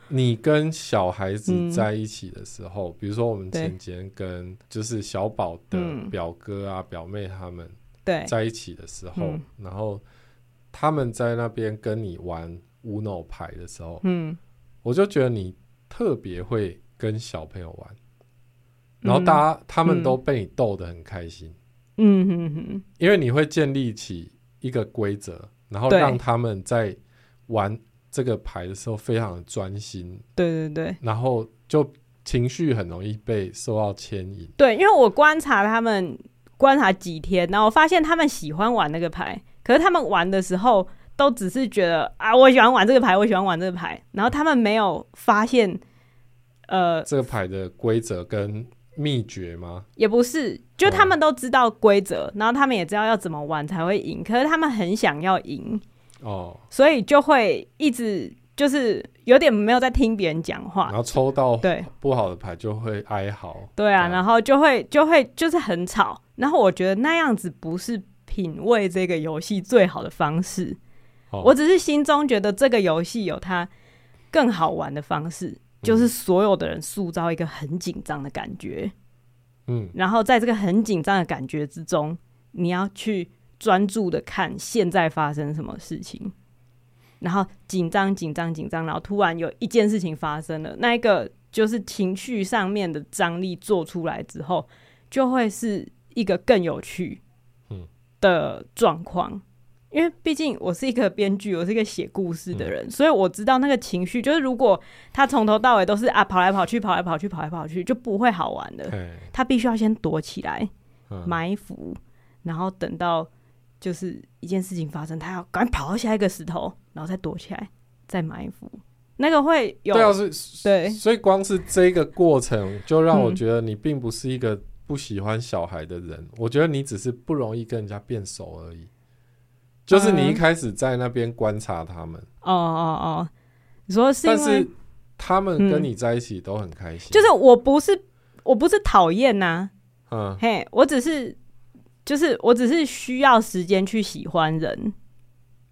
你跟小孩
嗯
子在一起的时候，比如说我们
对
前几天跟就是小宝的
嗯
表哥啊、表妹他们
对，
在一起的时候，
哎嗯
然后他们在那边跟你玩 Uno 牌的时候，
嗯，
我就觉得你特别会跟小朋友玩，
嗯
然后大家、他们都被你逗得很开心，
嗯哼哼，
因为你会建立起一个规则，然后
对
让他们在玩这个牌的时候非常的专心，
对对对。
然后就情绪很容易被受到牵引。
对，因为我观察他们观察几天，然后我发现他们喜欢玩那个牌，可是他们玩的时候都只是觉得啊，我喜欢玩这个牌，我喜欢玩这个牌，然后他们没有发现，呃，
这个牌的规则跟秘诀吗？
也不是，就他们都知道规则，然后他们也知道要怎么玩才会赢，可是他们很想要赢，
哦，
所以就会一直就是有点没有在听别人讲话
然，后抽到
对。
不好的牌就会哀嚎。
对啊，
对
然后就会就会就是很吵，然后我觉得那样子不是品味这个游戏最好的方式，
哦
我只是心中觉得这个游戏有它更好玩的方式，就是所有的人塑造一个很紧张的感觉，
嗯
然后在这个很紧张的感觉之中，你要去专注的看现在发生什么事情，然后紧张紧张紧张，然后突然有一件事情发生了，那一个就是情绪上面的张力做出来之后，就会是一个更有趣
嗯
的状况。因为毕竟我是一个编剧，我是一个写故事的
嗯
人，所以我知道那个情绪，就是如果他从头到尾都是啊跑来跑去、跑来跑去、跑来跑去，就不会好玩的。
嘿
他必须要先躲起来
嗯
埋伏，然后等到就是一件事情发生，他要赶快跑到下一个石头，然后再躲起来，再埋伏。那个会有
对啊，是，
对
所以光是这个过程就让我
嗯
觉得你并不是一个不喜欢小孩的人，我觉得你只是不容易跟人家变熟而已。就是你一
嗯
开始在那边观察他们，
哦哦哦，你说是因
但
为
是他们跟
嗯
你在一起都很开心，
就是我不是我不是讨厌呐，
嗯
嘿，我只是就是我只是需要时间去喜欢人，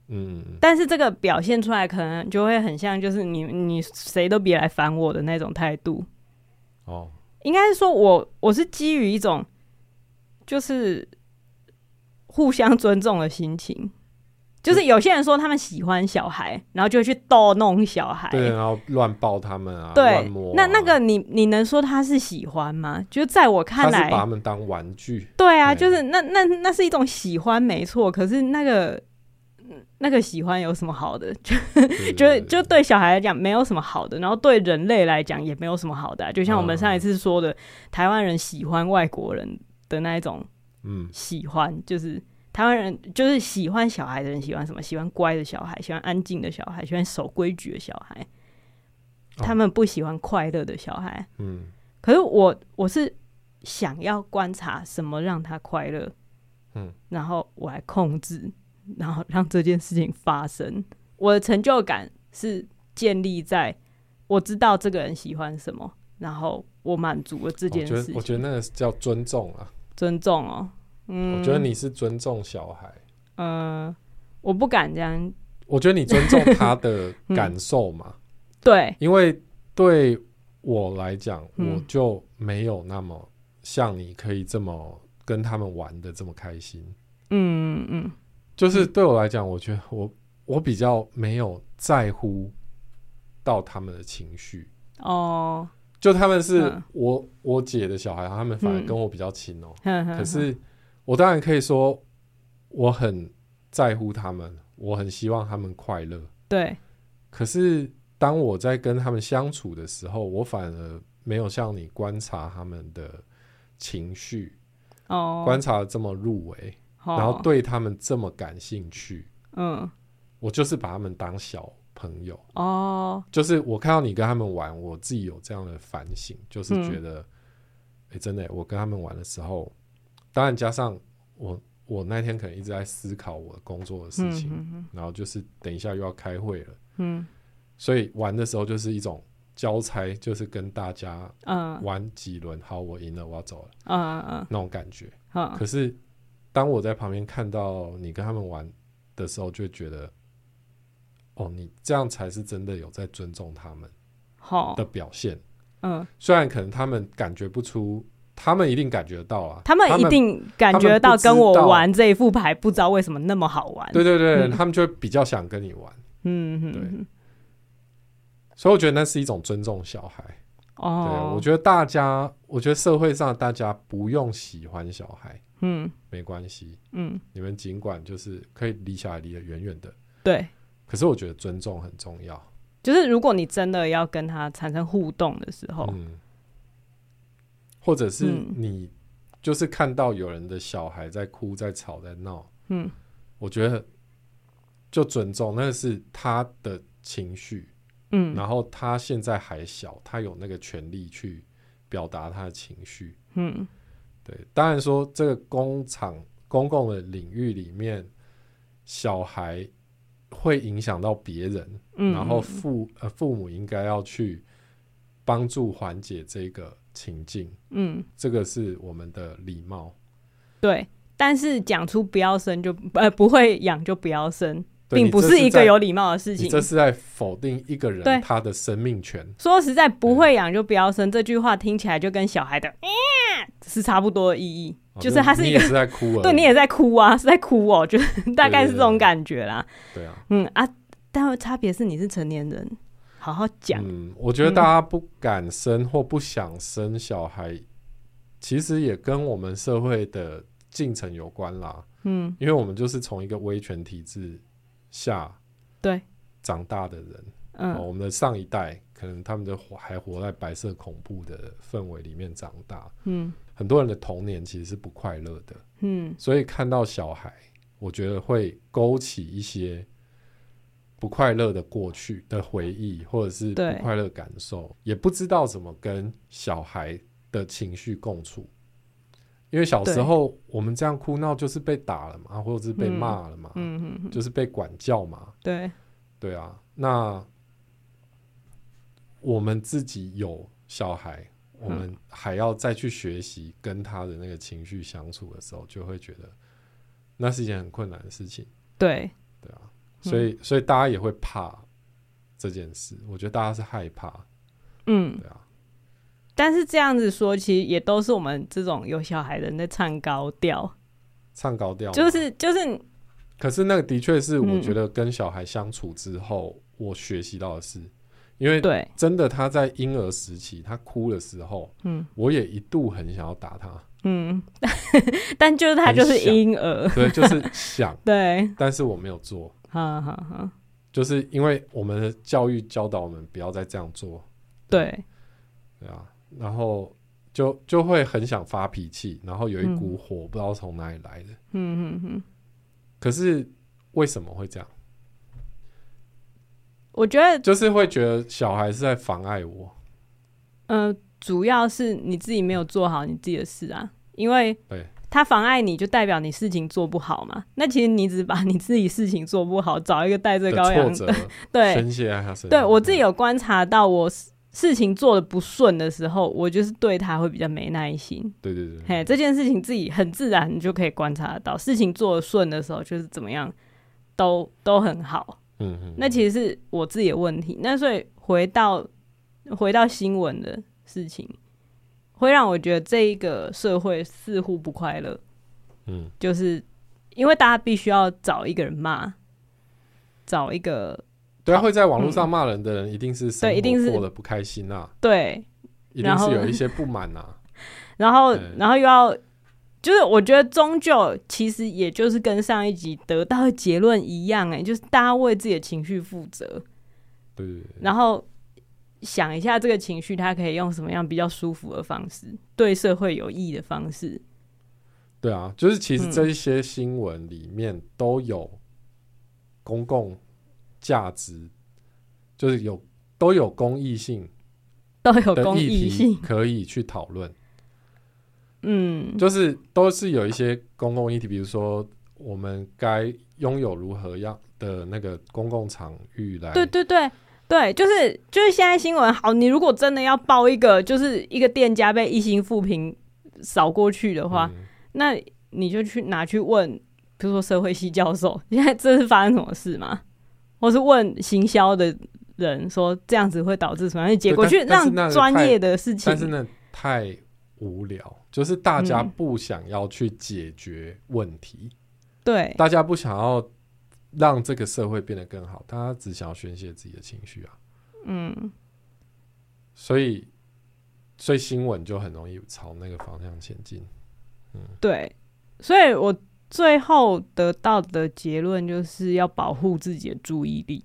嗯，
但是这个表现出来可能就会很像就是你你谁都别来烦我的那种态度，
哦，
应该是说我我是基于一种就是互相尊重的心情，就是有些人说他们喜欢小孩，然后就会去逗弄小孩。
对，然后乱抱他们啊，
哎对
乱摸啊、
那那个你你能说他是喜欢吗？就在我
他
看
是把他
来，
们当玩 具，
对啊，
对
就是那那那是一种喜欢没错，可是那个嗯那个喜欢有什么好的？
对
就就对小孩来讲没有什么好的，然后对人类来讲也没有什么好的啊、就像我
嗯
们上一次说的，台湾人喜欢外国人的那一种
嗯
喜欢，就是台湾人就是喜欢小孩的人喜欢什么？喜欢乖的小孩，喜欢安静的小孩，喜欢守规矩的小孩。
哦
他们不喜欢快乐的小孩。
嗯
可是我我是想要观察什么让他快乐，
嗯，
然后我来控制，然后让这件事情发生。我的成就感是建立在我知道这个人喜欢什么，然后我满足了这
我
件
觉得
事
我
情，
觉得那个是叫尊重啊，
尊重哦。嗯，
我觉得你是尊重小孩。
呃，我不敢这样。 嗯
我觉得你尊重他的感受嘛，
对，
因为对我来讲，
嗯
我就没有那么像你可以这么跟他们玩的这么开心。
嗯嗯
就是对我来讲，我觉得我我比较没有在乎到他们的情绪。
哦，
就他们是
嗯
我、我姐的小孩，他们反而
嗯
跟我比较亲哦、
哼哼
可是我当然可以说我很在乎他们，我很希望他们快乐。
对，
可是当我在跟他们相处的时候，我反而没有像你观察他们的情绪，
哦，
观察得这么入围，
好
然后，对他们这么感兴趣。
嗯，
我就是把他们当小朋友，
哦，
就是我看到你跟他们玩，我自己有这样的反省，就是觉得，哎、真的耶、我跟他们玩的时候，当然加上我，我那天可能一直在思考我工作的事
嗯
情，
嗯
然后就是等一下又要开会了，
嗯
所以玩的时候就是一种交差，就是跟大家
嗯
玩几轮，好，我赢了，我要走了
嗯嗯
那种感觉。
嗯，
可是当我在旁边看到你跟他们玩的时候，就会觉得，哦，你这样才是真的有在尊重他们
好
的，表现。
哦嗯，
虽然可能他们感觉不出，他们一定感觉得到啊，
他们一定感觉到跟我玩这一副牌，不知道为什么那么好玩。
对对对，
嗯
他们就会比较想跟你玩。
嗯嗯嗯，
所以我觉得那是一种尊重小孩。对，
哦，
我觉得大家，我觉得社会上大家不用喜欢小孩，
嗯
没关系，
嗯，
你们尽管就是可以离小孩离得远远的。
对，
可是我觉得尊重很重要。
就是如果你真的要跟他产生互动的时候，
嗯，或者是
哦嗯
你就是看到有人的小孩在哭、在吵、在闹，
嗯，
我觉得就尊重，那是他的情绪，
嗯
然后他现在还小，他有那个权利去表达他的情绪。
嗯
对，当然说这个工厂公共的领域里面，小孩会影响到别人，
嗯，
然后父呃父母应该要去帮助缓解这个情境，
嗯
这个是我们的礼貌。
对，但是讲出不要生就呃不会养就不要生，
对
并
你
不
这
是一
在
个有礼貌的事
你
情。
这是在否定一个
对
人他的生命权。
说实在，不会养就不要生这句话听起来就跟小孩的、欸、
嗯
是差不多的意义，
哦
就是它是
你
一
也
个
是在哭而已，
对你也在哭啊，是在哭哦，就是大概是这种感觉啦。
对啊。
嗯啊，但差别是你是成年人，好好讲。
嗯，我觉得大家不敢生或不想生小孩，其实也跟我们社会的进程有关啦。
嗯，
因为我们就是从一个威权体制下
对，
长大的人。哦，
嗯
我们的上一代可能他们就活还活在白色恐怖的氛围里面长大，
嗯
很多人的童年其实是不快乐的，
嗯
所以看到小孩，我觉得会勾起一些不快乐的过去的回忆，或者是
对
不快乐感受，也不知道怎么跟小孩的情绪共处。因为小时
对
候我们这样哭闹就是被打了嘛，或者是被
嗯
骂了嘛，
嗯嗯嗯，
就是被管教嘛，
对，
对啊，那我们自己有小孩，我
嗯
们还要再去学习跟他的那个情绪相处的时候，就会觉得那是一件很困难的事情，
对，
对啊，所
嗯
以、所以大家也会怕这件事，我觉得大家是害怕，
嗯
对。啊，
但是这样子说，其实也都是我们这种有小孩的人在唱高调，
唱高调嘛
就是就是
可是那个的确是我
嗯
觉得跟小孩相处之后，我学习到的事，因为
对，
真的他在婴儿时期他哭的时候，
嗯
我也一度很想要打他。
嗯， 但就是他就是婴儿，
对，就是想，
对，
但是我没有做，
哈哈哈，
就是因为我们的教育教导我们不要再这样做，
对，
对啊，然后就就会很想发脾气，然后有一
嗯
股火不知道从哪里来的，
嗯嗯嗯，
可是为什么会这样？
我觉得，
就是会觉得小孩是在妨碍我，
嗯、主要是你自己没有做好你自己的事啊，因为
对
他妨碍你就代表你事情做不好嘛，那其实你只把你自己事情做不好，找一个戴
的
罪羔
挫
羊
折
的，对，
宣泄在啊他身上。
对我自己有观察到，我事事情做的不顺的时候，我就是对他会比较没耐心。
对对对对，
嘿，这件事情自己很自然，你就可以观察得到。事情做的顺的时候，就是怎么样都都很好。
嗯嗯，
那其实是我自己的问题。那所以回到回到新闻的事情，会让我觉得这一个社会似乎不快乐，
嗯，
就是因为大家必须要找一个人骂，找一个
对啊，会在网络上骂人的人，一定是生
嗯对一定
活
是
过得不开心啊，
对，
一
然
定是
后
有一些不满啊。
然后
对，
然后又要，就是我觉得终究其实也就是跟上一集得到的结论一样、哎，就是大家为自己的情绪负责，
对对对，
然后想一下这个情绪，它可以用什么样比较舒服的方式，对社会有益的方式。
对啊，就是其实
嗯
这一些新闻里面都有公共价值，就是有都有公益性
都有
的
公
议
益
题
性，
可以去讨论，
嗯，
就是都是有一些公共议题，比如说我们该拥有如何样的那个公共场域来，
对对对对，就是就是现在新闻好，你如果真的要报一个，就是一个店家被一星负评扫过去的话，
嗯
那你就去拿去问，比如说社会系教授， 现在这是发生什么事吗？或是问行销的人说这样子会导致什么样的结果，
对
去
但但是
让
那个
专
太
业的事情
但是呢，太无聊，就是大家
嗯
不想要去解决问题，
对
大家不想要让这个社会变得更好，大家只想要宣泄自己的情绪啊。
嗯
所以，所以新闻就很容易朝那个方向前进。
对，所以我最后得到的结论就是要保护自己的注意力。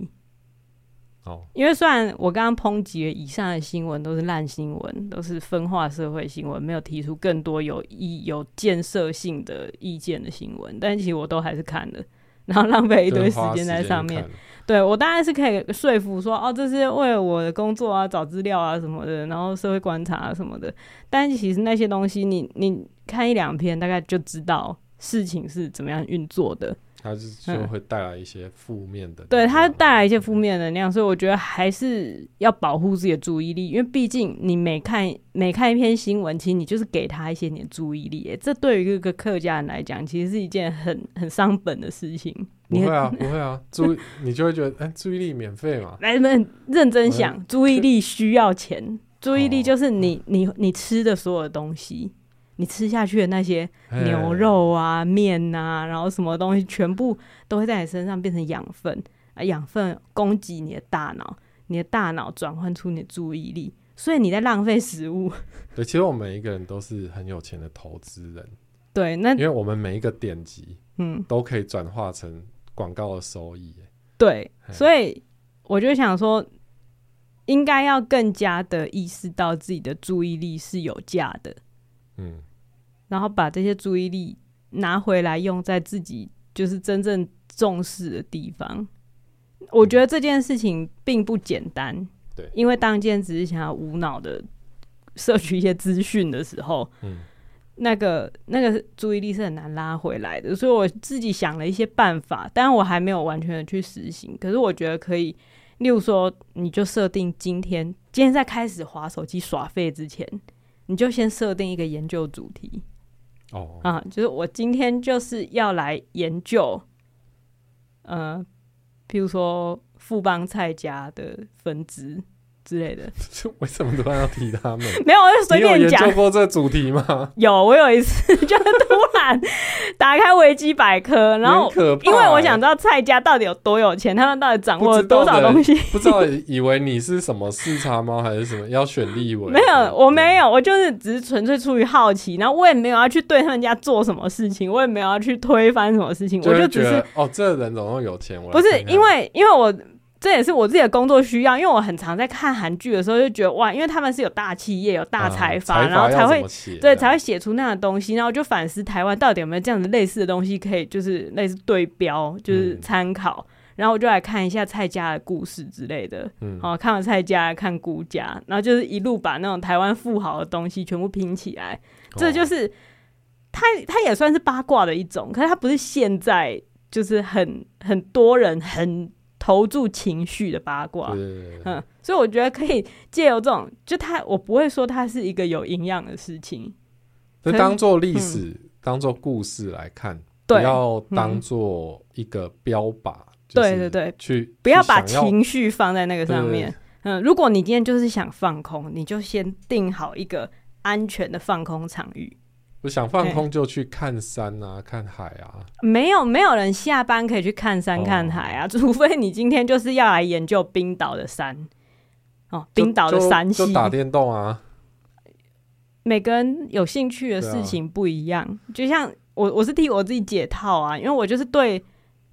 哦，
因为虽然我刚刚抨击了以上的新闻都是烂新闻，都是分化社会新闻，没有提出更多有意有建设性的意见的新闻，但其实我都还是看了，然后浪费一
就
堆
是
时
花
间在
时
上
去
面。嗯
看。
对我当然是可以说服说，哦，这是为了我的工作啊，找资料啊什么的，然后社会观察啊什么的。但其实那些东西你，你看一两篇，大概就知道事情是怎么样运作的。
它是就会带来一些负面 的，
对它带来一些负。面能量，所以我觉得还是要保护自己的注意力，因为毕竟你每看每看一篇新闻，其实你就是给他一些你的注意力耶，这对于一个客家人来讲，其实是一件很很伤本的事情。
不
你
会啊，不会啊，注意 你就会觉得，哎，注意力免费嘛，
来们认真想，注意力需要钱，注意力
嗯哦
就是你你你吃的所有东西，你吃下去的那些
哎
牛肉啊、面啊，然后什么东西全部都会在你身上变成养分，啊，养分供给你的大脑，你的大脑转换出你的注意力，所以你在浪费食物。
对，其实我们每一个人都是很有钱的投资人，
对，那
因为我们每一个点击
嗯，
都可以转化成广告的收益。哎
对，
嗯
所以我就想说，应该要更加的意识到自己的注意力是有价的，
嗯，
然后把这些注意力拿回来用在自己就是真正重视的地方。我觉得这件事情并不简单，
对
因为当件只是想要无脑的摄取一些资讯的时候，
嗯，
那个那个注意力是很难拉回来的，所以我自己想了一些办法，但我还没有完全的去实行，可是我觉得可以。例如说，你就设定今天，今天在开始划手机耍废之前，你就先设定一个研究主题，
哦，
啊，就是我今天就是要来研究，呃，譬如说富邦菜家的分支之类的，
为什么突然要提他们？
没有，我就随
你有
便
研
讲
究。过这主题吗？
有，我有一次 就突然打开维基百科， 然
很
后
可怕
因为我
欸
想知道蔡家到底有多有钱，他们到底掌握
不
了
知道
多少
的
东西。
不知道以为你是什么视察猫还是什么要选立 委？
没有，我没
有。
有，我就是只是纯粹出于好奇，然后我也没有要去对他们家做什么事情，我也没有要去推翻什么事情，我
会
就
觉
只是
得哦，这人总共有钱，我来
不是
看看
因为，因为我这也是我自己的工作需要，因为我很常在看韩剧的时候就觉得哇，因为他们是有大企业、有大
啊
财
财
阀，然后
要
才
怎
会
么写啊
对
的
才会写出那样的东西，然后我就反思台湾到底有没有这样子类似的东西可以就是类似对标，就是
嗯
参考。然后我就来看一下蔡家的故事之类的，
嗯
哦，看完蔡家，看顾家，然后就是一路把那种台湾富豪的东西全部拼起来，这就
哦
是它，它也算是八卦的一种，可是它不是现在就是很很多人很投注情绪的八卦
对，对对对
嗯，所以我觉得可以借由这种，就它，我不会说它是一个有营养的事情，
就
可
当做历史、当做故事来看，
嗯
不
对
要当
嗯
做一个标靶。
对对对，
去
不要把
去想
情绪放在那个
对
上
对
面，嗯，如果你今天就是想放空，你就先定好一个安全的放空场域。
我想放空就去看山啊，看海啊。
没有没有人下班可以去看
哦
山看海啊， 除非你今天就是要来研究冰岛的山哦，
就
冰岛的山
就
系
就。打电动啊，
每个人有兴趣的事情不一样，就像我我是替我自己解套啊，因为我就是对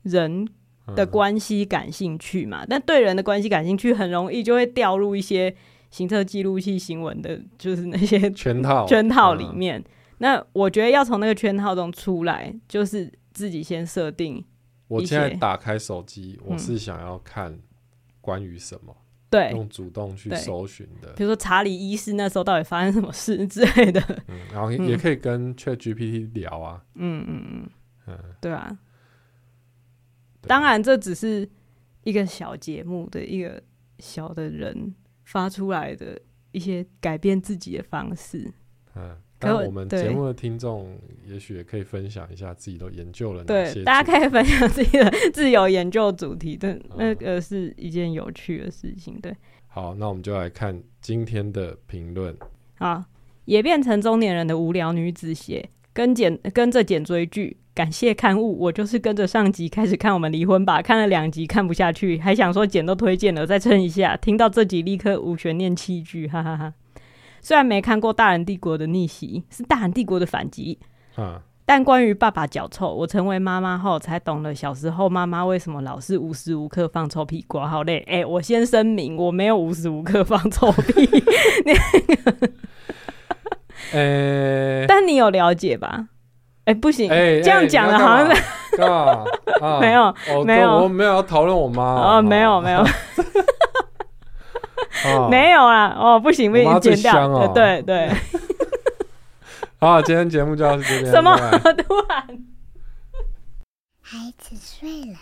人
嗯
的关系感兴趣嘛，但对人的关系感兴趣，很容易就会掉入一些行车记录器新闻的，就是那些
圈套
圈套里
嗯
面。那我觉得要从那个圈套中出来，就是自己先设定
我
一
现在
些
打开手机，我
嗯
是想要看关于什么，
对，
用主动去
对
搜寻的
比。如说查理医师那时候到底发生什么事之类的。
嗯，然后也可以跟 ChatGPT 聊啊。
嗯嗯嗯，
嗯，
对啊。
对
当然，这只是一个小节目的一个小的人发出来的一些改变自己的方式。
嗯，
可
但
我
我们
对
节目的听众也许也可以分享一下自己都研究了哪
对，
些。
大家可以分享自己的 自由研究主题，但
嗯
那个是一件有趣的事情。对，
好，那我们就来看今天的评论。
啊，也变成中年人的无聊女子鞋，跟简跟着简追剧。感谢刊物，我就是跟着上集开始看《我们离婚吧》，看了两集看不下去，还想说简都推荐了，再撑一下。听到这集立刻无悬念弃剧，哈哈哈。虽然没看过《大人帝国的逆袭》，是《大人帝国的反击》，
啊，
但关于爸爸脚臭，我成为妈妈后才懂了，小时候妈妈为什么老是无时无刻放臭屁瓜，好累。哎、我先声明，我没有无时无刻放臭屁，
诶、
但你有了解吧？哎、不行，
哎，
这样讲了好像
像干嘛 啊
没有
哦
没
对
有
我没有要讨论我妈
哦，没有没有没有啊，哦，不行不
我妈
行，
最
剪掉，
香哦
对 对，
有啊，今天节目就到这边，
什么
拜拜
突然
孩子睡了，